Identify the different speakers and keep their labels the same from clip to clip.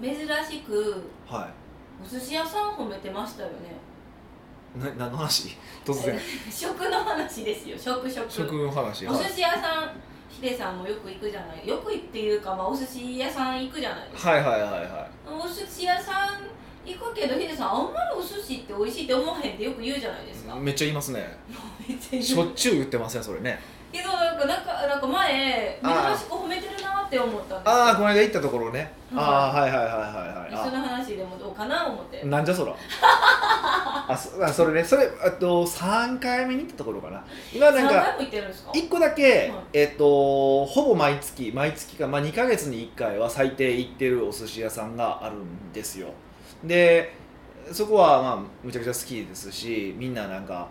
Speaker 1: 珍しく
Speaker 2: は
Speaker 1: お寿司屋さん褒めてましたよね
Speaker 2: いな何の話突然
Speaker 1: 食の話ですよ食食
Speaker 2: 食の話
Speaker 1: お
Speaker 2: はい
Speaker 1: 寿司屋さんヒデさんもよく行くじゃないよく行っていうか、まあ、お寿司屋さん行くじゃないですか
Speaker 2: はいはいはいは
Speaker 1: お寿司屋さん行くけどヒデさんあんまりお寿司って美味しいって思わへんってよく言うじゃないですか、
Speaker 2: いめっちゃ言いますね
Speaker 1: めっちゃ言う
Speaker 2: しょっちゅう言ってますねそれね
Speaker 1: けどなんかなんかなんか前珍
Speaker 2: あー
Speaker 1: しく褒めてるなって思ったんですよ
Speaker 2: ああこの間行ったところね
Speaker 1: うん
Speaker 2: ああはいはいはいはい
Speaker 1: そ
Speaker 2: はい
Speaker 1: の話でもどうかな思って
Speaker 2: あなんじゃそら あそあそれねそれあと3回目に行ったところかな今なん
Speaker 1: 何
Speaker 2: か
Speaker 1: 回も行ってるんですか
Speaker 2: 1個だけ、
Speaker 1: はい
Speaker 2: えっとほぼ毎月毎月か、まあ、2ヶ月に1回は最低行ってるお寿司屋さんがあるんですよでそこは、まあ、むちゃくちゃ好きですしみんななんか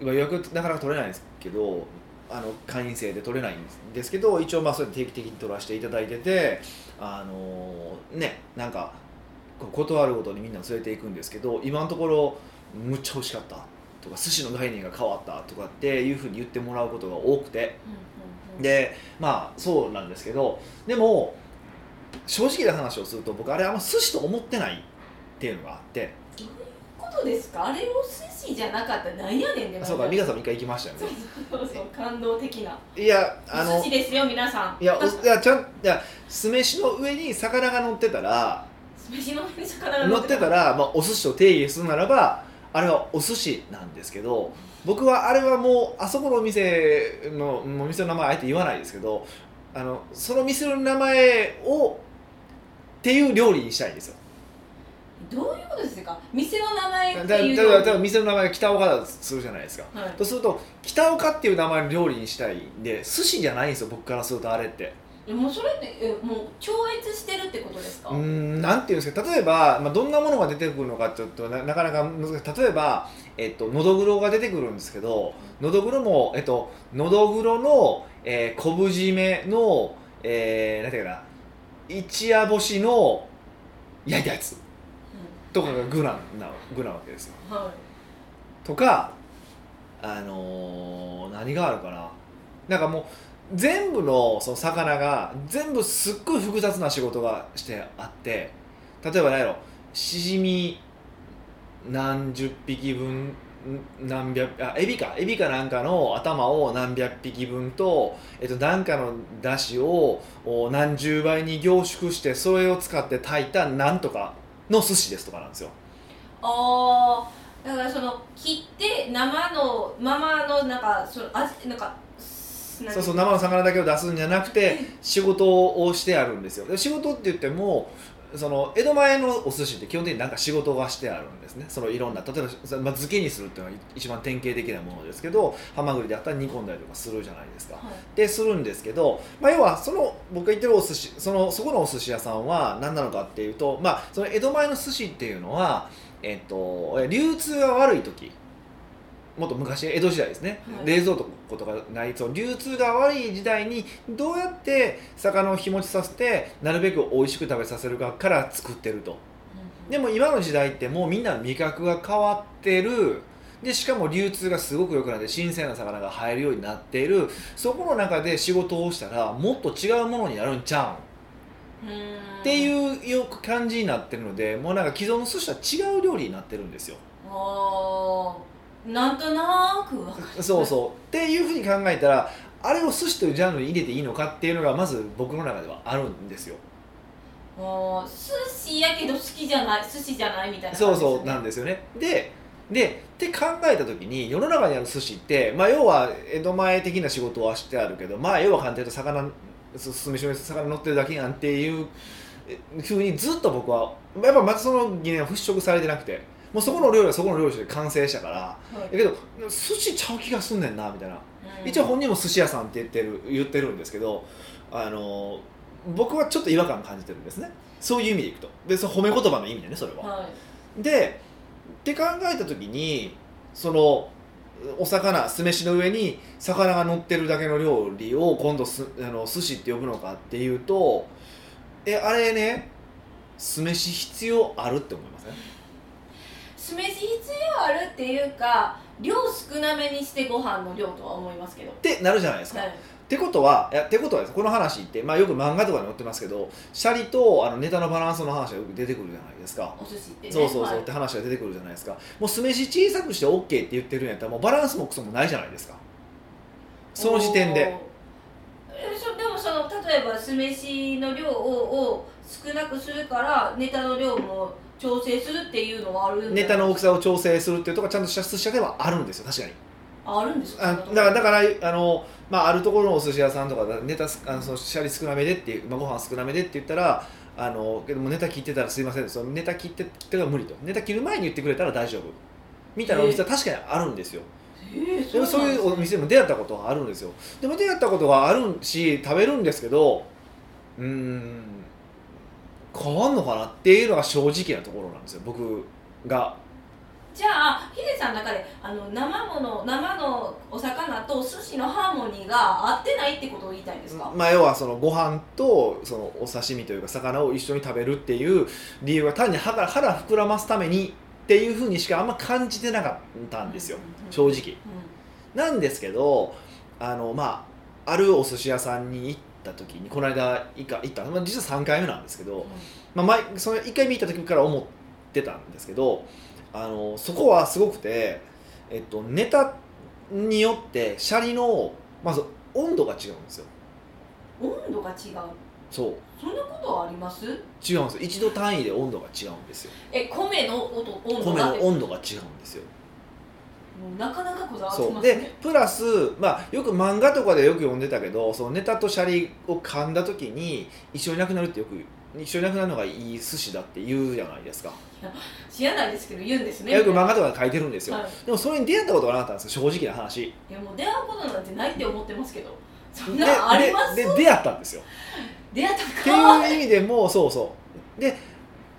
Speaker 2: まあ予約なかなか取れないんですけどあの会員制で取れないんですけど一応まあそうやって定期的に取らせていただいててあのねなんかこう断るごとにみんなを連れていくんですけど今のところむっちゃ美味しかったとか寿司の概念が変わったとかっていうふうに言ってもらうことが多くて
Speaker 1: うんうんうん
Speaker 2: でまあそうなんですけどでも正直な話をすると僕あれあんま寿司と思ってないっていうのがあって
Speaker 1: どういうことですかあれお寿司じゃなかったらなんやねんね
Speaker 2: あそうか美香さんも一回行きましたよ
Speaker 1: そう
Speaker 2: ね
Speaker 1: そうそう感動的ない
Speaker 2: やあ
Speaker 1: お
Speaker 2: の
Speaker 1: 寿司ですよ皆さん
Speaker 2: いやおいやちゃんいや酢飯の上に魚が乗ってたら
Speaker 1: 酢飯の上に魚が
Speaker 2: 乗ってたら、まあ、お寿司と定義するならばあれはお寿司なんですけど僕はあれはもうあそこのお店のお店の名前あえて言わないですけどあのその店の名前をっていう料理にしたいんですよ
Speaker 1: どういうことですか店の名前
Speaker 2: だ
Speaker 1: っ
Speaker 2: だ
Speaker 1: て
Speaker 2: か
Speaker 1: いう
Speaker 2: らだから店の名前が北岡だとするじゃないですか
Speaker 1: はい
Speaker 2: とすると北岡っていう名前の料理にしたいんで寿司じゃないんですよ僕からするとあれって
Speaker 1: えもうそれってえもう超越してるってことですか、
Speaker 2: うーんなんていうんですか例えば、まあ、どんなものが出てくるのかちょっとななかなか難しい例えば、えっと、のどぐろが出てくるんですけどのどぐろも、えっと、のどぐろの、えー、昆布締めの、えー、なんていうかな一夜干しの焼いたやつとかが具なな具なわけですよ
Speaker 1: うんはい
Speaker 2: とかあのー何があるかななんかもう全部のその魚が全部すっごい複雑な仕事がしてあって例えば何やろシジミ何十匹分ん何百あエビかエビかなんかの頭を何百匹分と、えっと、何かのだしをお何十倍に凝縮してそれを使って炊いたなんとかの寿司ですとかなんですよ。
Speaker 1: ああだからその切って生のままのなんかその味なんかすなん
Speaker 2: そうそうう生の魚だけを出すんじゃなくて仕事をしてあるんですよで仕事って言ってもその江戸前のお寿司って基本的になんか仕事がしてあるんですねそのいろんな例えば、そのまあ、漬けにするっていうのが一番典型的なものですけどハマグリであったら煮込んだりとかするじゃないですか
Speaker 1: はい
Speaker 2: でするんですけど、まあ、要はその僕が言ってるお寿司そのそこのお寿司屋さんは何なのかっていうと、まあ、その江戸前の寿司っていうのは、えっと、流通が悪い時もっと昔江戸時代ですね、
Speaker 1: はい
Speaker 2: 冷蔵庫とかないその流通が悪い時代にどうやって魚を日持ちさせてなるべく美味しく食べさせるかから作ってると。
Speaker 1: うん
Speaker 2: でも今の時代ってもうみんな味覚が変わってるでしかも流通がすごく良くなって新鮮な魚が入るようになっているそこの中で仕事をしたらもっと違うものになるんちゃうんって
Speaker 1: うーん
Speaker 2: いうよく感じになってるのでもうなんか既存の寿司とは違う料理になってるんですよ
Speaker 1: あーなんとなーくわかる
Speaker 2: そうそうっていうふうに考えたらあれを寿司というジャンルに入れていいのかっていうのがまず僕の中ではあるんですよ
Speaker 1: あー寿司やけど好きじゃない寿司じゃないみたいな
Speaker 2: そ
Speaker 1: 感
Speaker 2: う
Speaker 1: じですね
Speaker 2: そうなんですよねででって考えた時に世の中にある寿司って、まあ、要は江戸前的な仕事はしてあるけどまあ要は簡単に言うと魚す酢飯の上に魚乗ってるだけなんていうえふうにずっと僕はやっぱまたその疑念は払拭されてなくてもうそこの料理はそこの料理として完成したから
Speaker 1: はい
Speaker 2: だけど寿司ちゃう気がすんねんなみたいな
Speaker 1: うん
Speaker 2: 一応本人も寿司屋さんって言ってる言ってるんですけどあの僕はちょっと違和感感じてるんですねそういう意味でいくとでその褒め言葉の意味でねそれは。
Speaker 1: は
Speaker 2: でって考えた時にそのお魚酢飯の上に魚が乗ってるだけの料理を今度すあの寿司って呼ぶのかっていうとえあれね酢飯必要あるって思いますね
Speaker 1: い酢飯必要あるっていうか量少なめにしてご飯の量とは思いますけど
Speaker 2: ってなるじゃないですか、
Speaker 1: はい
Speaker 2: ってことはいやってことはですこの話って、まあ、よく漫画とかに載ってますけどシャリとあのネタのバランスの話がよく出てくるじゃないですか
Speaker 1: お寿司ってね
Speaker 2: そうそう
Speaker 1: は
Speaker 2: そ
Speaker 1: いう
Speaker 2: って話が出てくるじゃないですかもう酢飯小さくして OK って言ってるんやったらもうバランスもクソもないじゃないですかその時点で
Speaker 1: おーえそでもその例えば酢飯の量をを少なくするからネタの量も調整するっていうのはあるんだよ
Speaker 2: ネタの大きさを調整するっていうところがちゃんとした寿司屋ではあるんですよ確かに
Speaker 1: ああるんです
Speaker 2: あだからだからあの、まあ、あるところのお寿司屋さんとかだネタすあのそのシャリ少なめでっていう、まあ、ご飯少なめでって言ったらあのけどもネタ切ってたらすいませんそのネタ切って切っては無理とネタ切る前に言ってくれたら大丈夫みたいなお店は確かにあるんですよ、
Speaker 1: えー
Speaker 2: でも
Speaker 1: そ
Speaker 2: そうう
Speaker 1: ないんです
Speaker 2: うお店にも出会ったことはあるんですよでも出会ったことがあるし食べるんですけどうーん変わんのかなっていうのが正直なところなんですよ僕が
Speaker 1: じゃあヒデさんの中であの生もの生のお魚と寿司のハーモニーが合ってないってことを言いたいんですか、
Speaker 2: まあ、要はそのご飯とそのお刺身というか魚を一緒に食べるっていう理由は単に腹腹膨らますためにっていうふうにしかあんま感じてなかったんですよ正直。なんですけどあの、まあ、あるお寿司屋さんに行った時にこの間いか行った、まあ、実は3回目なんですけど、まあ、前その1回見行った時から思ってたんですけどあのそこはすごくて、えっと、ネタによってシャリのまず温度が違うんですよ。
Speaker 1: うん温度が違う
Speaker 2: そう
Speaker 1: そんなことはあります
Speaker 2: 違うんですよ一度単位で温度が違うんですよ
Speaker 1: え米の音温度
Speaker 2: 米
Speaker 1: が
Speaker 2: の温度が違うんですよ
Speaker 1: もうなかなかこだわって
Speaker 2: そ
Speaker 1: ま
Speaker 2: う
Speaker 1: す
Speaker 2: で
Speaker 1: ね
Speaker 2: プラス、まあ、よく漫画とかでよく読んでたけどそのネタとシャリを噛んだ時に一緒になくなるってよく一緒になくなるのがいい寿司だって言うじゃないですか、
Speaker 1: 知らないですけど言うんですね
Speaker 2: よく漫画とかで書いてるんですよ、
Speaker 1: はい
Speaker 2: でもそれに出会ったことがなかったんですよ正直な話
Speaker 1: いやもう出会うことなんてないって思ってますけどそん
Speaker 2: で
Speaker 1: なんあります
Speaker 2: でで出会ったんですよ
Speaker 1: 出会っ
Speaker 2: ったて
Speaker 1: か
Speaker 2: いう意味でもそうそうで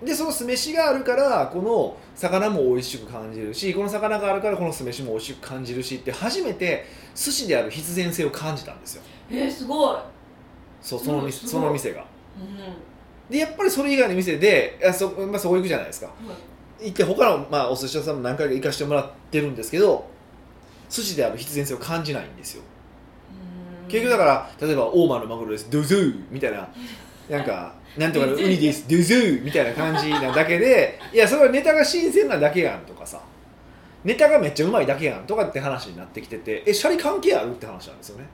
Speaker 2: でその酢飯があるからこの魚も美味しく感じるしこの魚があるからこの酢飯も美味しく感じるしって初めて寿司である必然性を感じたんですよ
Speaker 1: えー、すごい、
Speaker 2: そうその
Speaker 1: す
Speaker 2: 店
Speaker 1: ごい
Speaker 2: その店が
Speaker 1: う
Speaker 2: でやっぱりそれ以外の店であそ,、まあ、そこ行くじゃないですか
Speaker 1: ん、
Speaker 2: 行って他の、まあ、お寿司屋さんも何回か行かせてもらってるんですけど寿司である必然性を感じないんですよ結局だ
Speaker 1: か
Speaker 2: から例えば大間のマグロです「どうぞ」みたいななんか「なんとかのウニですどうぞ」みたいな感じなだけでいやそれはネタが新鮮なだけやんとかさネタがめっちゃうまいだけやんとかって話になってきててえシャリ関係あるって話なんですよね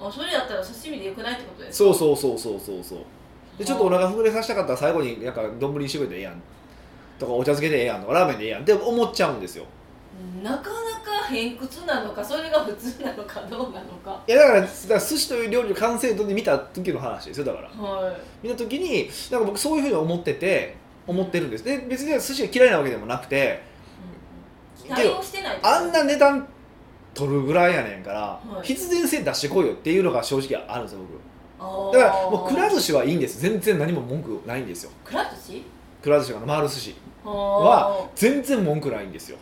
Speaker 1: らあそれだったら刺身でよくないってことですか
Speaker 2: そうそうそうそうそうそうでちょっとお腹膨れさせたかったら最後になんか丼にしてくれてええやんとかお茶漬けでええやんとかラーメンでええやんって思っちゃうんですよ
Speaker 1: うんなかなか偏屈なのかそれが普通なのかどうなのか
Speaker 2: いやだからだから寿司という料理を完成度で見た時の話ですよだから
Speaker 1: は
Speaker 2: 見た時になんか僕そういうふうに思ってて思ってるんですで別に寿司が嫌いなわけでもなくて
Speaker 1: い、うん、対応してないってこと
Speaker 2: あんな値段取るぐらいやねんから、
Speaker 1: はい
Speaker 2: 必然性出してこいよっていうのが正直あるんですよ
Speaker 1: あー
Speaker 2: 僕だからもうくら寿司はいいんです全然何も文句ないんですよ
Speaker 1: くら寿司
Speaker 2: くら寿司とかの回る寿司
Speaker 1: は
Speaker 2: は全然文句ないんですよ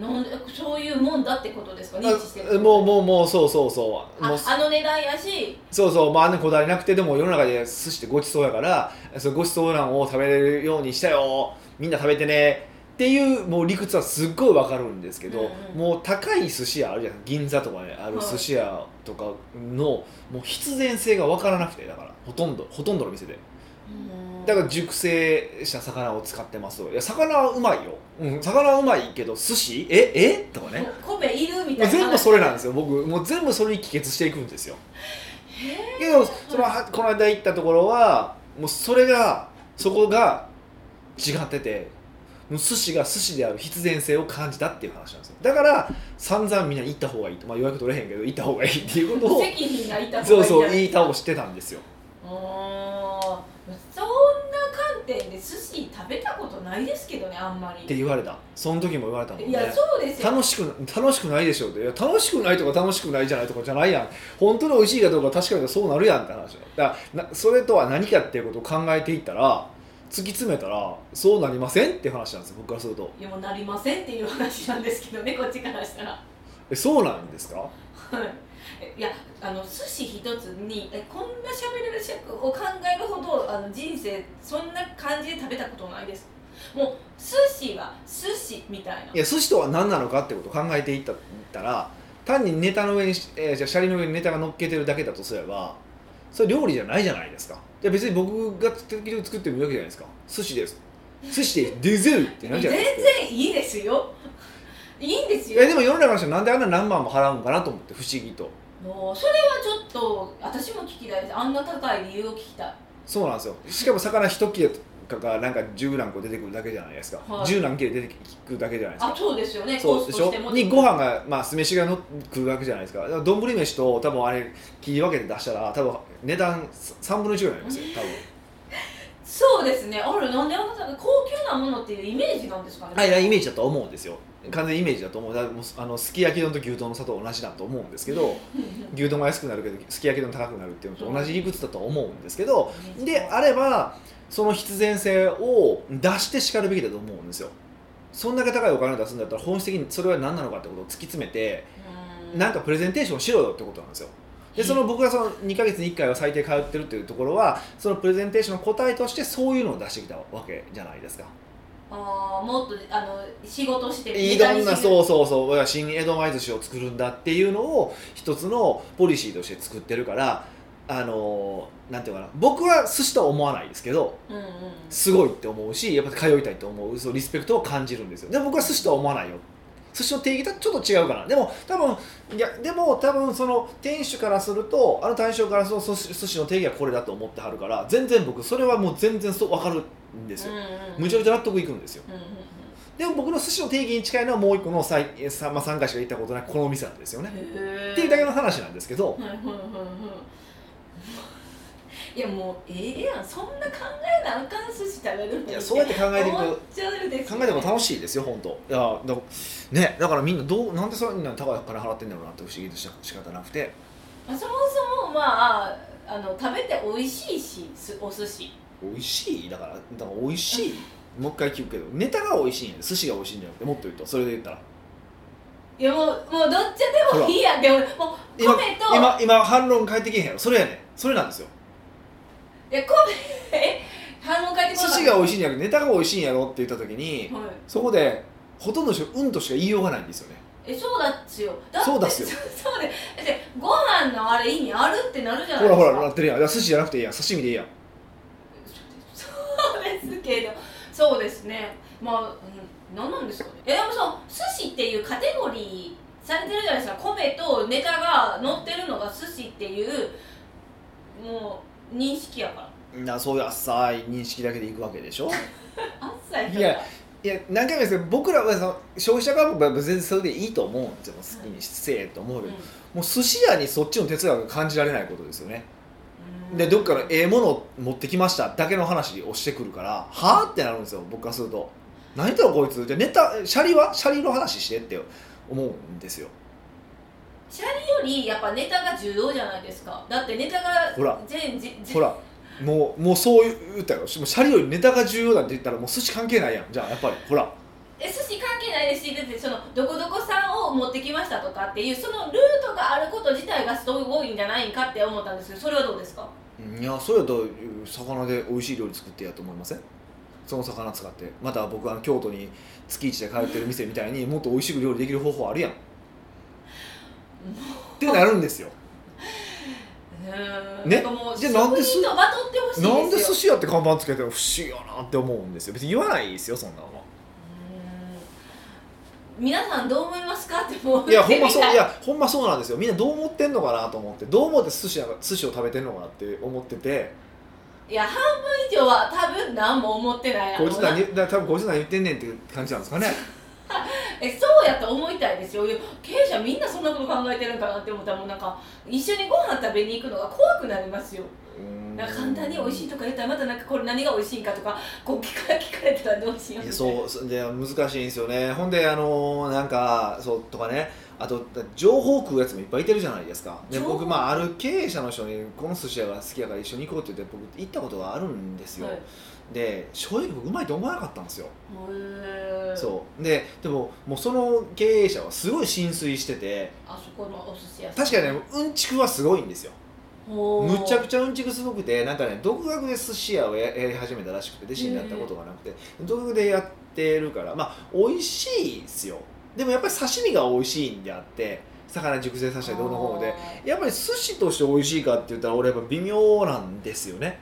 Speaker 1: なんでそういうもんだってことですか認知して
Speaker 2: あ
Speaker 1: る
Speaker 2: もうもうもうそうそうそうもう
Speaker 1: ああの値段やし
Speaker 2: そうそうまああんなこだわりなくてでも世の中で寿司ってごちそうやからそのごちそうなんを食べれるようにしたよみんな食べてねっていうもう理屈はすっごいわかるんですけど、
Speaker 1: うんうん
Speaker 2: もう高い寿司屋あるじゃん銀座とかにある
Speaker 1: はい
Speaker 2: 寿司屋とかのもう必然性がわからなくてだからほとんどほとんどの店でだから熟成した魚を使ってますといや魚はうまいよ、うん、魚はうまいけど寿司ええとかね
Speaker 1: もう米いるみたいな
Speaker 2: 全部それなんですすよ僕もう全部それに帰結していくんですよけどそのはこの間行ったところはもうそれがそこが違っててもう寿司が寿司である必然性を感じたっていう話なんですよだから散々みんな行った方がいいと、まあ、予約取れへんけど行った方がいいっていうこと
Speaker 1: 無
Speaker 2: を
Speaker 1: 責任な板
Speaker 2: そうそう言
Speaker 1: い
Speaker 2: い倒してたんですよ
Speaker 1: あーそんな観点で寿司食べたことないですけどねあんま
Speaker 2: って
Speaker 1: り
Speaker 2: 言われたその時も言われたもんね
Speaker 1: いやそうですよ
Speaker 2: 楽しくな楽しくないでしょっていや楽しくないとか楽しくないじゃないとかじゃないやん本当に美味しいかどうか確かにそうなるやんって話よだからなそれとは何かっていうことを考えていったら突き詰めたらそうなりませんっていう話なんですよ僕からすると
Speaker 1: いやもうなりませんっていう話なんですけどねこっちからしたら
Speaker 2: えそうなんですか
Speaker 1: はいいやあの寿司一つにえこんな喋れる尺を考えるほどあの人生そんな感じで食べたことないですもう寿司は寿司みたいない
Speaker 2: や寿司とは何なのかってことを考えていったいったら単にネタの上に、えーじゃあシャリの上にネタが乗っけてるだけだとすればそれ料理じゃないじゃないですかじゃあ別に僕が適当に作ってるわけじゃないですか寿司です寿司でデゼルってなるじゃないですか
Speaker 1: 全然いいですよいいんですよ
Speaker 2: えでも世の中の人はなんであんな何万も払うんかなと思って不思議と
Speaker 1: もうそれはちょっと私も聞きたいですあんな高い理由を聞きたい
Speaker 2: そうなんですよしかも魚一切れとかがなんか十何個出てくるだけじゃないですか、
Speaker 1: はい
Speaker 2: 十何切れ出てくるだけじゃないです
Speaker 1: あ
Speaker 2: か
Speaker 1: そうですよね
Speaker 2: そうでし
Speaker 1: コ
Speaker 2: ょ
Speaker 1: ストも
Speaker 2: にご飯がまあ酢飯がのくるわけじゃないですかだから丼飯と多分あれ切り分けて出したら多分値段3分の1ぐらいになりますよ多分
Speaker 1: そうですねあれなんであんな高級なものっていうイメージなんですかね
Speaker 2: あいやイ メージだと思うんですよ完全にイメージだと思うだからもうあのすき焼き丼と牛丼の差と同じだと思うんですけど牛丼が安くなるけどすき焼き丼高くなるっていうのと同じ理屈だと思うんですけどであればその必然性を出してしかるべきだと思うんですよそんだけ高いお金を出すんだったら本質的にそれは何なのかってことを突き詰めて
Speaker 1: う
Speaker 2: なんかプレゼンテーションをしろよってことなんですよでその僕がその2ヶ月に1回は最低通ってるっていうところはそのプレゼンテーションの答えとしてそういうのを出してきたわけじゃないですか
Speaker 1: あーもっとあの仕事して
Speaker 2: いろんなそううそうそう俺は新江戸前寿司を作るんだっていうのを一つのポリシーとして作ってるからあのなんていうのかな僕は寿司とは思わないですけど
Speaker 1: うんうん
Speaker 2: すごいって思うしやっぱ通いたいと思うそうリスペクトを感じるんですよでも僕は寿司とは思わないよ寿司の定義とはちょっと違うかなでも多分いやでも多分その店主からするとあの対象からすると寿司寿司の定義はこれだと思ってはるから全然僕それはもう全然そう分かるんですよ、
Speaker 1: うんうん
Speaker 2: むちゃくちゃ納得いくんですよ
Speaker 1: うんうん
Speaker 2: でも僕の寿司の定義に近いのはもう一個のさいさ、まあ、3回しか行ったことないこのお店なんですよね
Speaker 1: うん
Speaker 2: っていうだけの話なんですけど
Speaker 1: はいはいはいはいいやもうええやんそんな考えなあかん寿司食べるのに
Speaker 2: いやそうやって考えていく
Speaker 1: 思っちゃうです
Speaker 2: 考
Speaker 1: よ
Speaker 2: えても楽しいですよ本当いやだからねだからみんなどうなんでそんなに高い金払ってんだろうなって不思議でし仕方なくて
Speaker 1: まあそもそもまああの食べて美味しいしすお寿司
Speaker 2: 美味しいだからだから美味しいもう一回聞くけどネタが美味しいんやで寿司が美味しいんじゃなくてもっと言うとそれで言ったら
Speaker 1: いやもうもうどっちでもいいやんでももう米
Speaker 2: 今
Speaker 1: と
Speaker 2: 今今反論変えてけへんやろそれやねんそれなんですよ
Speaker 1: いや米え反応返ってこ
Speaker 2: 寿
Speaker 1: ない
Speaker 2: 司が美味しいんじゃなくてネタが美味しいんやろって言った時に
Speaker 1: はい
Speaker 2: そこでほとんどの人うんとしか言いようがないんですよね
Speaker 1: えそうだっすよだって
Speaker 2: そうだっすよ
Speaker 1: そうでだってご飯のあれ意味あるってなるじゃないです
Speaker 2: ほらほ
Speaker 1: から
Speaker 2: なってるやんいや寿司じゃなくていいやん刺身でいいやん
Speaker 1: そうですけどそうですねまあ、うん、何なんですかねえでもそう寿司っていうカテゴリーされてるじゃないですか米とネタが乗ってるのが寿司っていうもう認識やから
Speaker 2: みんなそういう浅い認識だけでいくわけでしょ
Speaker 1: あっさり
Speaker 2: いやいや何回も言うんですけど僕らはその消費者側も全然それでいいと思うんですよ好きにせえと思うけど、もう寿司屋にそっちの哲学が感じられないことですよねでどっからええものを持ってきましただけの話をしてくるからはあってなるんですよ僕からすると何言ったのこいつじゃあネタシャリはシャリの話してって思うんですよ
Speaker 1: よりやっぱネタが重要じゃないですかだってネタ
Speaker 2: ほら
Speaker 1: が全じじ
Speaker 2: ほらもうもうそう言ったよもうシャリよりネタが重要だって言ったらもう寿司関係ないやんじゃあやっぱりほら
Speaker 1: え寿司関係ないですしだってそのどこどこさんを持ってきましたとかっていうそのルートがあること自体がすごいんじゃないかって思ったんですけどそれはどうですか
Speaker 2: いやそうやと魚で美味しい料理作ってやと思いませんその魚使ってまた僕はあの京都に月一で通ってる店みたいにもっと美味しく料理できる方法あるやんってなるん ですよ
Speaker 1: うーん
Speaker 2: ね
Speaker 1: なんかもう
Speaker 2: じゃあ
Speaker 1: 職
Speaker 2: なんです
Speaker 1: 人とバトってほしいですよ
Speaker 2: なんで寿司屋って看板つけてるの不思議やなって思うんですよ別に言わないですよそん なのは
Speaker 1: うーん皆さんどう思いますかってもう
Speaker 2: いやほんまそうい
Speaker 1: や
Speaker 2: やほんまそうなんですよみんなどう思ってんのかなと思ってどう思って寿司や寿司を食べてんのかなって思ってて
Speaker 1: いや半分以上は多分何も思ってないやろ
Speaker 2: こ
Speaker 1: う
Speaker 2: いつ
Speaker 1: な
Speaker 2: 何だ多分こいつ何言ってんねんっていう感じなんですかね
Speaker 1: えそうやと思いたいですよいや経営者みんなそんなこと考えてるんかなって思ったらもうなんか一緒にご飯食べに行くのが怖くなりますよ
Speaker 2: うーん
Speaker 1: なんか簡単に美味しいとか言ったらまたなんかこれ何が美味しいんかとかこう聞か聞かれたらどうしよう
Speaker 2: い
Speaker 1: みたい
Speaker 2: や
Speaker 1: な
Speaker 2: そうそで難しいんですよねほんであのなんかそうとかねあと情報食うやつもいっぱいいてるじゃないですかで
Speaker 1: 情報
Speaker 2: 僕、まあ、ある経営者の人にこの寿司屋が好きやから一緒に行こうって言って僕行ったことがあるんですよ、
Speaker 1: はい
Speaker 2: で正直僕うまいと思わなかったんですよ、
Speaker 1: へー
Speaker 2: そうででももうその経営者はすごい浸水してて
Speaker 1: あそこのお寿司屋さん
Speaker 2: 確かにねうんちくはすごいんですよ
Speaker 1: ほー
Speaker 2: むちゃくちゃうんちくすごくてなんかね独学で寿司屋をややり始めたらしくて弟子になったことがなくて、独学でやってるからまあ美味しいですよでもやっぱり刺身が美味しいんであって魚熟成させたりどうのこうので
Speaker 1: あ
Speaker 2: やっぱり寿司として美味しいかって言ったら俺やっぱ微妙なんですよね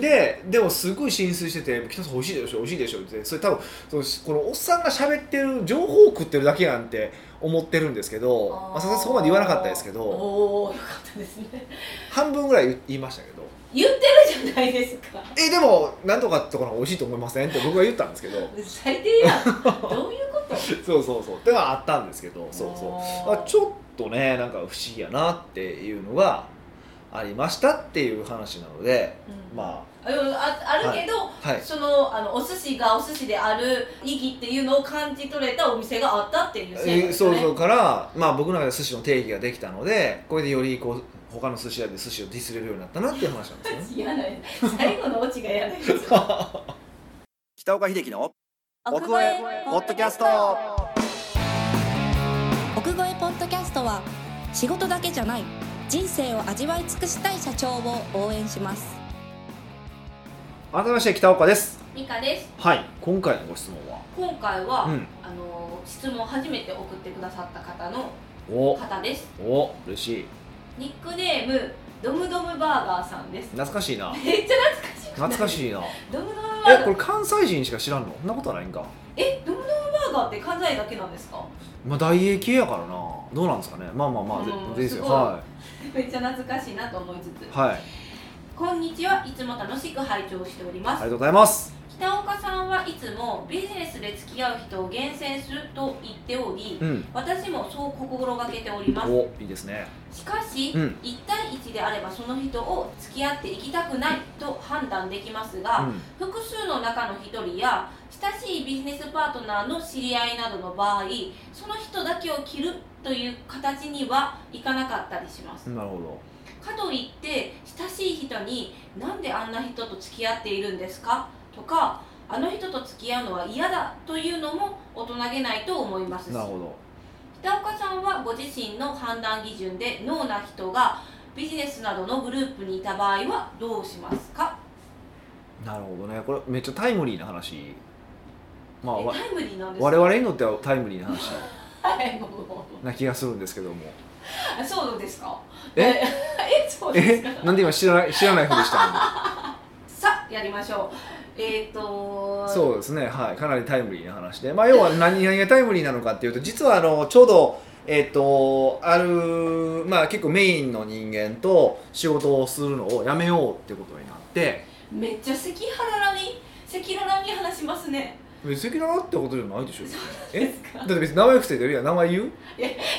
Speaker 2: ででもすごい浸水してて「北さん美味しいでしょ美味しいでしょ」ってそれ多分そのこのおっさんが喋ってる情報を食ってるだけやんって思ってるんですけど
Speaker 1: ー
Speaker 2: まあさすがにそこまで言わなかったですけど
Speaker 1: おおよかったですね
Speaker 2: 半分ぐらい言いましたけど
Speaker 1: 言ってるじゃないですか
Speaker 2: 「えでもなんとかってところが美味しいと思いません?」って僕が言ったんですけど
Speaker 1: 最低 やんどういうこと
Speaker 2: そうそうそうってのはあったんですけどそうそう
Speaker 1: う
Speaker 2: まあ、ちょっとねなんか不思議やなっていうのがありましたっていう話なのでま
Speaker 1: あでもああるけど、
Speaker 2: あはい
Speaker 1: そのあのお寿司がお寿司である意義っていうのを感じ取れたお店があったっていうせい
Speaker 2: えーそうそうから、まあ、僕の中で寿司の定義ができたのでこれでよりこう他の寿司屋で寿司をディスれるようになったなっていう話 なんですよね
Speaker 1: 嫌ない最後のオチが嫌ないです
Speaker 2: 北岡秀樹の
Speaker 3: 奥越えポッドキャスト奥越えポッドキャストは仕事だけじゃない人生を味わい尽くしたい社長を応援します
Speaker 2: 改めまして北岡です
Speaker 1: ミカです
Speaker 2: はい今回のご質問は
Speaker 1: 今回は、
Speaker 2: うん
Speaker 1: あの質問を初めて送ってくださった方の
Speaker 2: お
Speaker 1: 方です
Speaker 2: お嬉しい
Speaker 1: ニックネームドムドムバーガーさんです
Speaker 2: 懐かしいな
Speaker 1: めっちゃ懐かし
Speaker 2: 懐
Speaker 1: くない
Speaker 2: かしいな
Speaker 1: ドムドムバーガ
Speaker 2: え
Speaker 1: ー
Speaker 2: これ関西人しか知らんのそんなことはないんか
Speaker 1: えドムドムバーガーって関西だけなんですか
Speaker 2: まあ大英系やからなどうなんですかねまあまあまあぜ
Speaker 1: うん
Speaker 2: 全然ですよ
Speaker 1: すごい
Speaker 2: は
Speaker 1: めっちゃ懐かしいなと思いつつ
Speaker 2: いはい
Speaker 1: こんにちはいつも楽しく拝聴しており
Speaker 2: あ
Speaker 1: ま
Speaker 2: り
Speaker 1: す、
Speaker 2: がとうございます
Speaker 1: 北岡さんはいつもビジネスで付き合う人を厳選すると言っており
Speaker 2: うん
Speaker 1: 私もそう心がけております
Speaker 2: おいいですね
Speaker 1: しかし、
Speaker 2: うん
Speaker 1: 1対1であればその人を付き合っていきたくないと判断できます
Speaker 2: う
Speaker 1: が、
Speaker 2: ん
Speaker 1: 複数の中の1人や親しいビジネスパートナーの知り合いなどの場合その人だけを切るという形にはいかなかったりします
Speaker 2: なるほ
Speaker 1: かといって親しい人に「なんであんな人と付き合っているんですか?」とか「あの人と付き合うのは嫌だ」というのも大人げないと思います
Speaker 2: ど
Speaker 1: し
Speaker 2: なるほど
Speaker 1: 北岡さんはご自身の判断基準でノーな人がビジネスなどのグループにいた場合はどうしますか
Speaker 2: なるほどねこれめっちゃタイムリーな話まあ
Speaker 1: え
Speaker 2: わ
Speaker 1: タイムリーなんです
Speaker 2: 我々にとってはタイムリーな話
Speaker 1: はいもうもう
Speaker 2: な気がするんですけども
Speaker 1: あそうですか
Speaker 2: え
Speaker 1: えそうで
Speaker 2: え
Speaker 1: すか
Speaker 2: なんで今知らない知らないふりしたの
Speaker 1: さあやりましょうえっ、ー、と
Speaker 2: そうですねはいかなりタイムリーな話でまあ要は何何がタイムリーなのかっていうと実はあのちょうどえっ、とあるまあ結構メインの人間と仕事をするのをやめようってことになって
Speaker 1: めっちゃ赤裸々に赤裸々に話しますね
Speaker 2: 別になってことじゃないでしょえ
Speaker 1: です
Speaker 2: だ
Speaker 1: か
Speaker 2: って別に名前伏せてるやん名前言う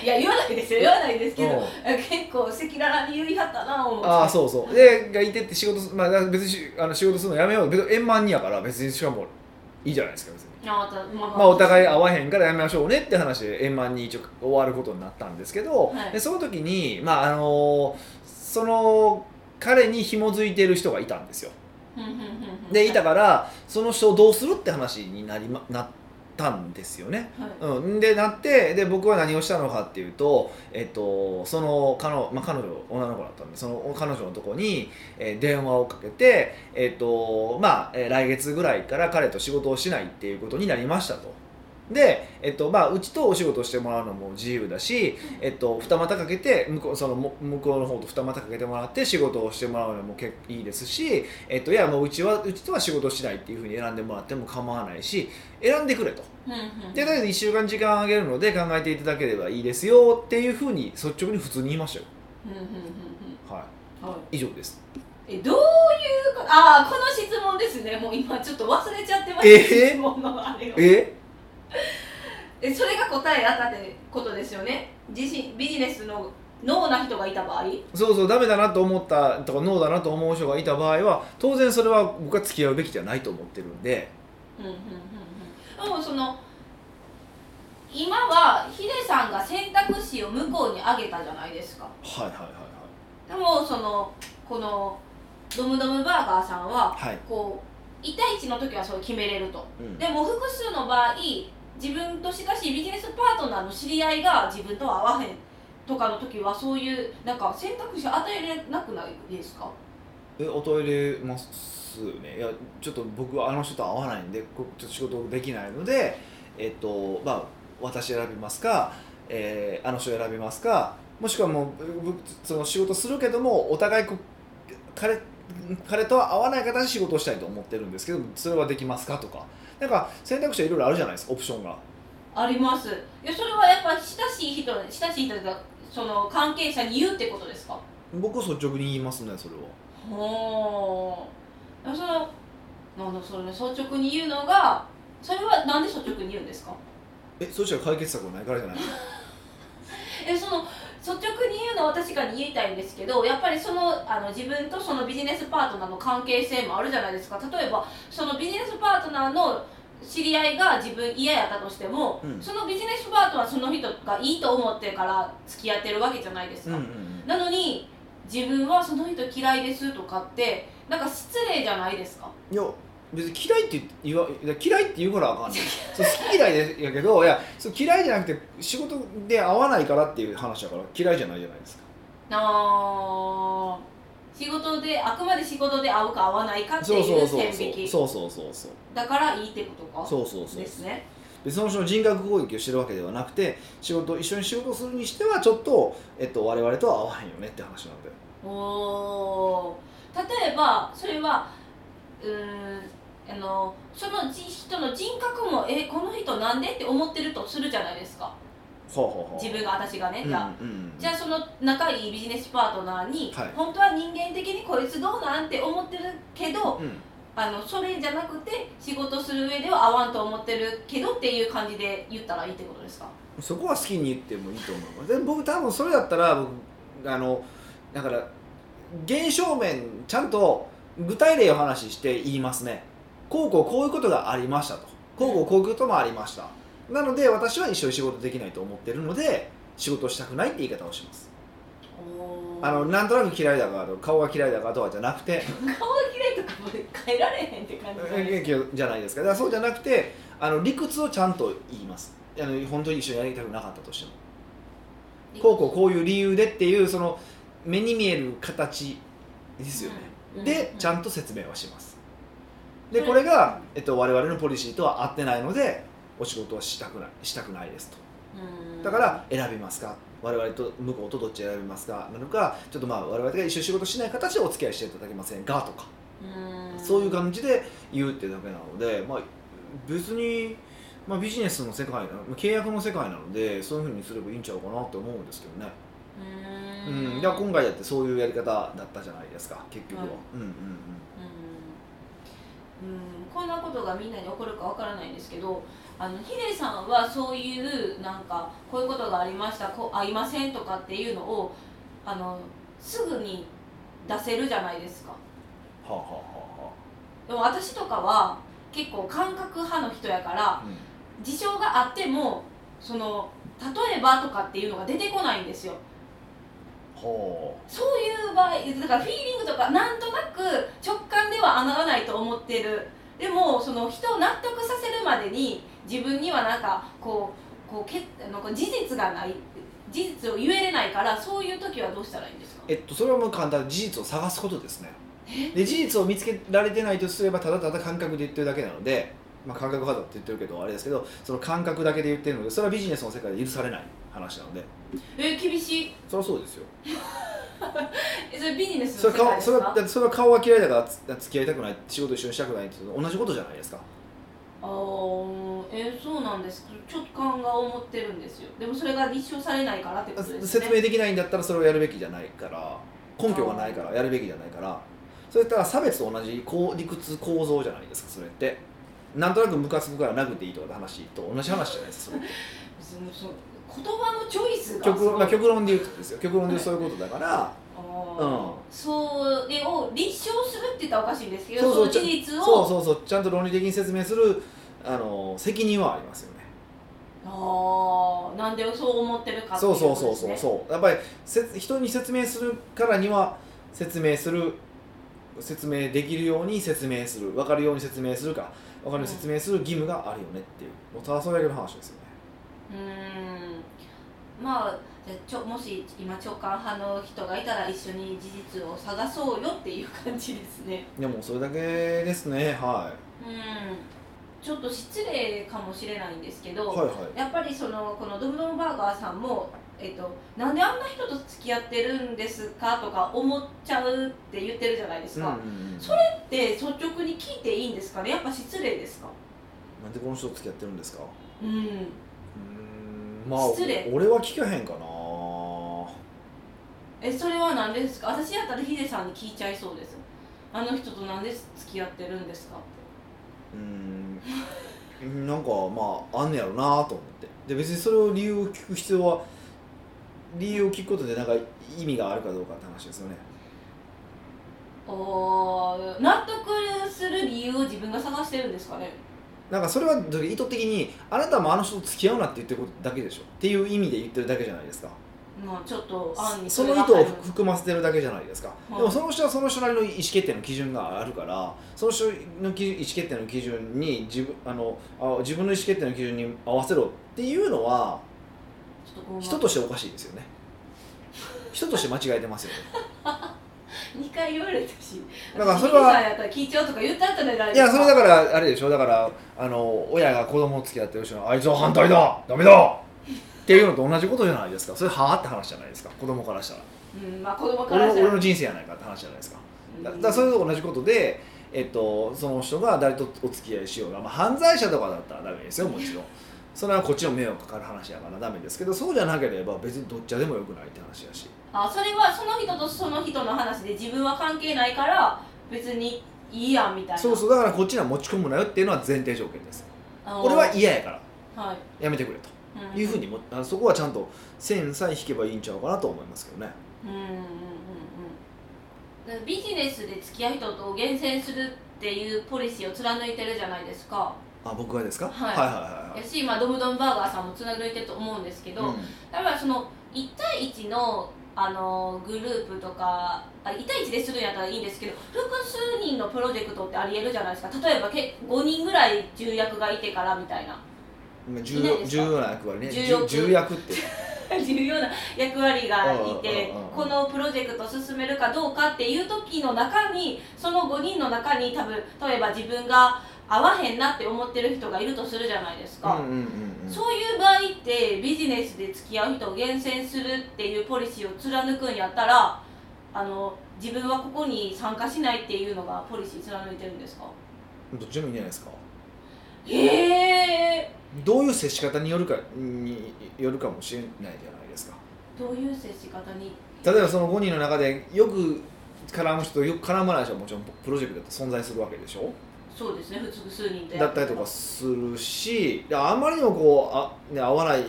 Speaker 1: いや言わないですよ言わないですけ
Speaker 2: う
Speaker 1: ど
Speaker 2: ん
Speaker 1: え結構赤裸々に言いはったな思って
Speaker 2: ああそうそうでがいてって仕事すまあ別にしあの仕事するのやめよう別に円満にやから別にしかもいいじゃないですか別に
Speaker 1: あたまあまあ
Speaker 2: まあお互い合わへんからやめましょうねって話で円満に一応終わることになったんですけど、
Speaker 1: はい
Speaker 2: でその時にまああのその彼に紐づいてる人がいたんですよ
Speaker 1: うんうんうんうん
Speaker 2: でいたからその人をどうするって話になりまなったんですよね
Speaker 1: はい
Speaker 2: うん、でなってで僕は何をしたのかっていうと、えっと、その彼女,、まあ、彼女女の子だったんでその彼女のとこに、えー電話をかけて、えっとまあ、えー来月ぐらいから彼と仕事をしないっていうことになりましたと。で、えっとまあ、うちとお仕事してもらうのも自由だし、えっと、二股かけて向こうそのも向こうの方と二股かけてもらって仕事をしてもらうのも結構いいですし、えっと、いやもううちはうちとは仕事しないっていうふうに選んでもらっても構わないし選んでくれと。
Speaker 1: うんうん
Speaker 2: でとりあえず1週間時間あげるので考えていただければいいですよっていうふうに率直に普通に言いましたよ、
Speaker 1: うんうんうん
Speaker 2: は
Speaker 1: うんはい
Speaker 2: い、以上です
Speaker 1: えどういうことああこの質問ですねもう今ちょっと忘れちゃってま
Speaker 2: え
Speaker 1: す
Speaker 2: へ
Speaker 1: 質問のあれを
Speaker 2: え
Speaker 1: えそれが答えだったってことですよね自身ビジネスのノーな人がいた場合
Speaker 2: そうそうダメだなと思ったとかノーだなと思う人がいた場合は当然それは僕は付き合うべきじゃないと思ってるんで
Speaker 1: うんうんうんうんでもその今はヒデさんが選択肢を向こうにあげたじゃないですか
Speaker 2: はいはいは
Speaker 1: でもそのこのドムドムバーガーさんはい
Speaker 2: はいはい、
Speaker 1: こう1対1の時はそれ決めれると
Speaker 2: うん
Speaker 1: でも複数の場合自分としかしビジネスパートナーの知り合いが自分とは合わへんとかの時はそういうなんか選択肢与えれなくないですか
Speaker 2: え与えれますねいやちょっと僕はあの人と合わないんでこちょっと仕事できないのでえっとまあ私選びますか、ええーあの人を選びますかもしくはもうぶぶその仕事するけどもお互いこ彼彼とは合わない形で仕事をしたいと思ってるんですけどそれはできますかとかなんか選択肢はいろいろあるじゃないですかオプションが
Speaker 1: ありますいやそれはやっぱ親しい人親しい人がその関係者に言うってことですか
Speaker 2: 僕は率直に言いますねそれは
Speaker 1: ほうでもそのなんだそれね率直に言うのがそれはなんで率直に言うんですか
Speaker 2: えそうしたら解決策はないからじゃない
Speaker 1: えその率直に言うのは確かに言いたいんですけどやっぱりそのあの自分とそのビジネスパートナーの関係性もあるじゃないですか例えばそのビジネスパートナーの知り合いが自分嫌やったとしても、
Speaker 2: うん
Speaker 1: そのビジネスパートナーその人がいいと思ってから付き合ってるわけじゃないですか、
Speaker 2: ん
Speaker 1: なのに自分はその人嫌いですとかってなんか失礼じゃないですか
Speaker 2: いや別に嫌いって言わいや嫌いって言うからあかんねんそう好き嫌いでやけどいやそう嫌いじゃなくて仕事で合わないからっていう話だから嫌いじゃないじゃないですか
Speaker 1: あー仕事であくまで仕事で合うか合わないかって
Speaker 2: そ
Speaker 1: いう
Speaker 2: そう
Speaker 1: う
Speaker 2: そうそう
Speaker 1: 線引き
Speaker 2: そうそうそうそう
Speaker 1: だからいいってことか
Speaker 2: そうそうそう
Speaker 1: ですね
Speaker 2: でその人の人格攻撃をしてるわけではなくて仕事一緒に仕事するにしてはちょっと、えっと、我々とは合わへんよねって話なんで
Speaker 1: おー例えばそれはうーんあのそのじ人の人格もえこの人なんでって思ってるとするじゃないですか
Speaker 2: ほうほうほう
Speaker 1: 自分が私がねじゃあ、
Speaker 2: うんうんうん
Speaker 1: じゃあその仲いいビジネスパートナーに、
Speaker 2: はい
Speaker 1: 本当は人間的にこいつどうなんて思ってるけど
Speaker 2: うん
Speaker 1: あのそれじゃなくて仕事する上では合わんと思ってるけどっていう感じで言ったらいいってことですか
Speaker 2: そこは好きに言ってもいいと思いますで僕多分それだったら僕あのだから現象面ちゃんと具体例を話して言いますねこうこうこういうことがありましたとこうこうこういうこともありましたなので私は一緒に仕事できないと思ってるので仕事をしたくないって言い方をしますあのなんとなく嫌いだからと顔が嫌いだからとかじゃなくて
Speaker 1: 顔が綺麗とかも変えられへんって感じじゃないですか
Speaker 2: じゃないですかだからそうじゃなくてあの理屈をちゃんと言いますあの本当に一緒にやりたくなかったとしてもこうこうこういう理由でっていうその目に見える形ですよね、
Speaker 1: うん
Speaker 2: で
Speaker 1: うん
Speaker 2: ちゃんと説明はしますでこれが、えっと、我々のポリシーとは合ってないのでお仕事はしたくないしたくないですと
Speaker 1: うん
Speaker 2: だから選びますか我々と向こうとどっち選びますかなのかちょっとまあ我々が一緒に仕事しない形でお付き合いしていただけませんかとか
Speaker 1: うん
Speaker 2: そういう感じで言うってだけなので、まあ、別に、まあ、ビジネスの世界なの契約の世界なのでそういうふうにすればいいんちゃうかなと思うんですけどね、
Speaker 1: う
Speaker 2: うん
Speaker 1: ん
Speaker 2: だから今回だってそういうやり方だったじゃないですか結局は、
Speaker 1: はい
Speaker 2: うんうん
Speaker 1: うんうんこんなことがみんなに起こるかわからないんですけどあのヒデさんはそういうなんかこういうことがありましたこうありませんとかっていうのをあのすぐに出せるじゃないですか
Speaker 2: うんはあは
Speaker 1: でも私とかは結構感覚派の人やか
Speaker 2: あは
Speaker 1: ら
Speaker 2: あ、うん
Speaker 1: 事象があってもその例えばとかっていうのが出てこないんですよ
Speaker 2: ほ
Speaker 1: そういう場合だからフィーリングとかなんとなく直感では穴がないと思ってるでもその人を納得させるまでに自分にはなんかこうこうけあのこう事実がない事実を言えれないからそういう時はどうしたらいいんですか
Speaker 2: うえっとそれはもう簡単に事実を探すことですねで事実を見つけられてないとすればただただ感覚で言ってるだけなので、まあ、感覚派だって言ってるけどあれですけどその感覚だけで言ってるのでそれはビジネスの世界で許されない話なので
Speaker 1: え厳しい
Speaker 2: それはそうですよ
Speaker 1: えそれビジネス
Speaker 2: そ
Speaker 1: の
Speaker 2: れ
Speaker 1: 世界
Speaker 2: 顔
Speaker 1: で
Speaker 2: そ
Speaker 1: す
Speaker 2: れはだ
Speaker 1: か
Speaker 2: ってそれは顔は嫌いだからつ付き合いたくない仕事一緒にしたくないっていうのと同じことじゃないですか
Speaker 1: あーえそうなんですちょっと感が思ってるんですよでもそれが立証されないからってことですね
Speaker 2: 説明できないんだったらそれをやるべきじゃないから根拠がないからやるべきじゃないからそれったら差別と同じこう理屈構造じゃないですかそれってなんとなくムカつくから殴っていいとかって話と同じ話じゃないですかそれって
Speaker 1: そのその言葉のチョイスがす
Speaker 2: 極
Speaker 1: ご
Speaker 2: 論
Speaker 1: い
Speaker 2: まあ極論で言うとですよ極論でそういうことだから、
Speaker 1: あ
Speaker 2: う
Speaker 1: ー
Speaker 2: ん
Speaker 1: それを立証するって言ったらおかしいんですけど
Speaker 2: そう
Speaker 1: そ
Speaker 2: そう
Speaker 1: の事実を
Speaker 2: そうそうそうちゃんと論理的に説明するあの責任はありますよね
Speaker 1: ああなんでそう思ってるかってい
Speaker 2: そううそうそうそう
Speaker 1: そう
Speaker 2: そうやっぱりせつ人に説明するからには説明する説明できるように説明する分かるように説明するか分かるように説明する義務があるよねっていうもうただそれだけの話ですよね
Speaker 1: うーんまあじゃあちょもし今直感派の人がいたら一緒に事実を探そうよっていう感じですね
Speaker 2: でもうそれだけですねは
Speaker 1: うんちょっと失礼かもしれないんですけど、
Speaker 2: はいはい
Speaker 1: やっぱりそのこのドムドムバーガーさんも、えっと、なんであんな人と付き合ってるんですかとか思っちゃうって言ってるじゃないです
Speaker 2: うん
Speaker 1: か、
Speaker 2: うんうん
Speaker 1: それで率直に聞いていいんですかねやっぱ失礼ですか
Speaker 2: なんでこの人と付き合ってるんですか
Speaker 1: うん
Speaker 2: うーんまあ
Speaker 1: 失礼
Speaker 2: 俺は聞かへんかな
Speaker 1: えそれは何ですか私やったらヒデさんに聞いちゃいそうですあの人となんで付き合ってるんですかっ
Speaker 2: うーんなんかまああんねやろなと思ってで別にそれを理由を聞く必要は理由を聞くことでなんか意味があるかどうかって話ですよね
Speaker 1: ておー納得する理由を自分が探してるんですかね
Speaker 2: なんかそれは意図的にあなたもあの人と付き合うなって言ってることだけでしょっていう意味で言ってるだけじゃないですか
Speaker 1: まあちょっと案に
Speaker 2: その
Speaker 1: れ
Speaker 2: 意
Speaker 1: が
Speaker 2: 図を
Speaker 1: 入る
Speaker 2: 含ませてるだけじゃないですか、
Speaker 1: い
Speaker 2: でもその人はその人なりの意思決定の基準があるからその人の基準意思決定の基準に自分あのあ自分の意思決定の基準に合わせろっていうのは
Speaker 1: ちょっとこう
Speaker 2: 人としておかしいですよね人として間違えてますよ ね
Speaker 1: 2回言われたし
Speaker 2: だからそれは
Speaker 1: 私ヒデさんやったら聞いちゃうとか言ったったじゃない
Speaker 2: いやそれだ
Speaker 1: か
Speaker 2: からあれでしょだからあの親が子供と付き合ってる人のあいつは反対だダメだっていうのと同じことじゃないですかそれはあって話じゃないですか子供からしたら
Speaker 1: うんまあ子供か
Speaker 2: 俺
Speaker 1: ら
Speaker 2: の
Speaker 1: した
Speaker 2: 俺
Speaker 1: ら
Speaker 2: の人生やないかって話じゃないですか
Speaker 1: うん
Speaker 2: だだからそれと同じことで、えっと、その人が誰とお付き合いしようが、まあ、犯罪者とかだったらダメですよもちろんそれはこっちの迷惑かかる話やからダメですけどそうじゃなければ別にどっちでもよくないって話やし
Speaker 1: あそれはその人とその人の話で自分は関係ないから別にいいやんみたいな
Speaker 2: そうそうだからこっちには持ち込むなよっていうのは前提条件です
Speaker 1: あの
Speaker 2: 俺は嫌やから
Speaker 1: はい
Speaker 2: やめてくれと
Speaker 1: うん
Speaker 2: いうふうにもあそこはちゃんと線さえ引けばいいんちゃうかなと思いますけどね
Speaker 1: うんうんうんうんだからビジネスで付き合う人と厳選するっていうポリシーを貫いてるじゃないですか
Speaker 2: あ僕がですか、
Speaker 1: はい
Speaker 2: はいはいはい
Speaker 1: やし、まあ、ドムドムバーガーさんも貫いてると思うんですけど、
Speaker 2: はい
Speaker 1: だからその1対1のあのグループとかあ1対1でするんやったらいいんですけど複数人のプロジェクトってありえるじゃないですか例えばけ5人ぐらい重役がいてからみたいな
Speaker 2: うんまあ、
Speaker 1: い
Speaker 2: 重
Speaker 1: ない
Speaker 2: 要
Speaker 1: です
Speaker 2: 重
Speaker 1: か
Speaker 2: 要な役割ね
Speaker 1: 重要
Speaker 2: 重重役って
Speaker 1: 重要な役割がいて
Speaker 2: うんうんうんうん
Speaker 1: このプロジェクト進めるかどうかっていう時の中にその5人の中に多分例えば自分が合わへんなって思ってる人がいるとするじゃないです
Speaker 2: う
Speaker 1: か。
Speaker 2: んうんうんうん
Speaker 1: そういう場合ってビジネスで付き合う人を厳選するっていうポリシーを貫くんやったらあの自分はここに参加しないっていうのがポリシー貫いてるんですか
Speaker 2: どっちでもいいんじゃないですか
Speaker 1: へえ
Speaker 2: どういう接し方によるかによるかもしれないじゃないですか
Speaker 1: どういう接し方に
Speaker 2: 例えばその5人の中でよく絡む人とよく絡まない人はもちろんプロジェクトだと存在するわけでしょ
Speaker 1: そうですね普通数人で
Speaker 2: だったりとかするしであんまりにもこうあ、ね、会わない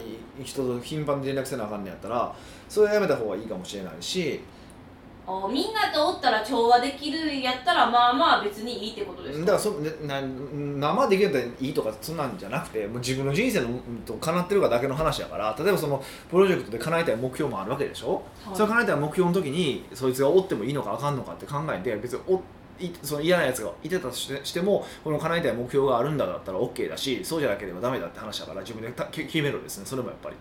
Speaker 2: 人と頻繁に連絡せなあかんねやったらそれはやめた方がいいかもしれないし
Speaker 1: あみんなとおったら調和できるんやったらまあまあ別にいいってことです
Speaker 2: だ
Speaker 1: か
Speaker 2: からそねな生できるといいとかそんなんじゃなくてもう自分の人生のうんと叶ってるかだけの話やから例えばそのプロジェクトで叶えたい目標もあるわけでしょ
Speaker 1: はい
Speaker 2: それを叶えた目標の時にそいつがおってもいいのかあかんのかって考えて別においその嫌なやつがいてたとしてしてもこの叶えたい目標があるんだだったら OK だしそうじゃなければダメだって話だから自分でた決決めろですねそれもやっぱり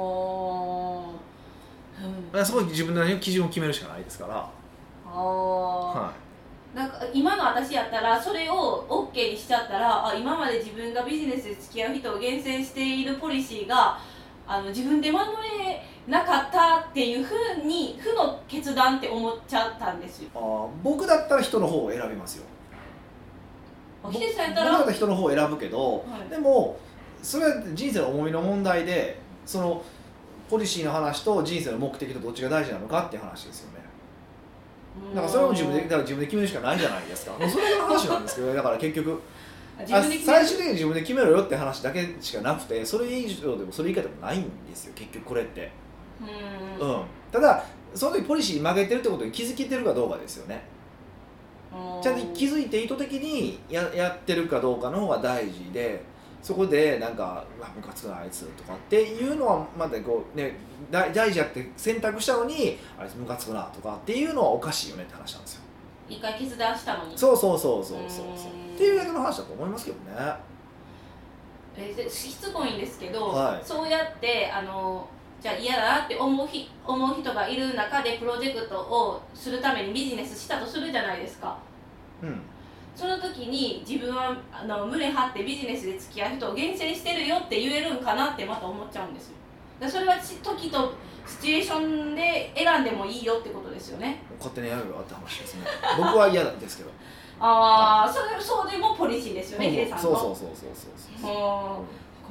Speaker 1: もううん
Speaker 2: だからそこに自分なりの基準を決めるしかないですから、
Speaker 1: ああ、
Speaker 2: は
Speaker 1: なんか今の私やったらそれを OK にしちゃったらあ今まで自分がビジネスで付き合う人を厳選しているポリシーがあの自分で守れなかったっていうふうに負の決断って思っちゃったんですよ
Speaker 2: い、あ僕だったら人の方を選びますよ
Speaker 1: お
Speaker 2: 僕
Speaker 1: ひでさんやっ
Speaker 2: 僕
Speaker 1: た
Speaker 2: だ
Speaker 1: ら
Speaker 2: ったら人の方を選ぶけど、
Speaker 1: はい
Speaker 2: でもそれは人生の重みの問題でそのポリシーの話と人生の目的とどっちが大事なのかっていう話ですよねだからそれも自分でだから自分で決めるしかないじゃないですかもうそれの話なんです けどだから結局
Speaker 1: あ自
Speaker 2: あ
Speaker 1: 分で決める
Speaker 2: 最終的に自分で決めろよって話だけしかなくてそれ以上でもそれ以下でもないんですよ結局これって、
Speaker 1: う
Speaker 2: うんん、ただその時ポリシー曲げてるってことに気づけてるかどうかですよねちゃんと気づいて意図的にややってるかどうかの方が大事でそこでなんか「うわムカつくなあいつ」とかっていうのはまだこうね大大事やって選択したのに「あいつムカつくな」とかっていうのはおかしいよねって話なんですよ
Speaker 1: 一回決断したのに
Speaker 2: そうそうそうそうそうそう
Speaker 1: うん
Speaker 2: っていうだけの話だと思いますけどね
Speaker 1: えでしつこいんですけど、
Speaker 2: はい
Speaker 1: そうやってあのじゃあ嫌だなって思うひ思う人がいる中でプロジェクトをするためにビジネスしたとするじゃないですか
Speaker 2: うん
Speaker 1: その時に自分はあの胸張ってビジネスで付き合う人を厳選してるよって言えるんかなってまた思っちゃうんですよだからそれはし時とシチュエーションで選んでもいいよってことですよね
Speaker 2: 勝手にやるよって話ですね 僕は嫌なんですけど
Speaker 1: ああそれそうでもポリシーですよねヒデさんの
Speaker 2: そうそうそうそうそうそう
Speaker 1: あ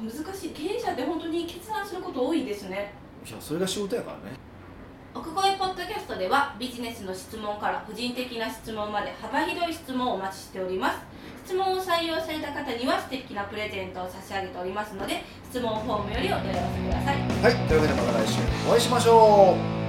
Speaker 1: ー難しい経営者って本当に決断すること多いですね
Speaker 2: いやそれが仕事やからね
Speaker 1: 奥越ポッドキャストではビジネスの質問から個人的な質問まで幅広い質問をお待ちしております質問を採用された方には素敵なプレゼントを差し上げておりますので質問フォームよりお問い合わせください
Speaker 2: はいというわけでまた来週お会いしましょう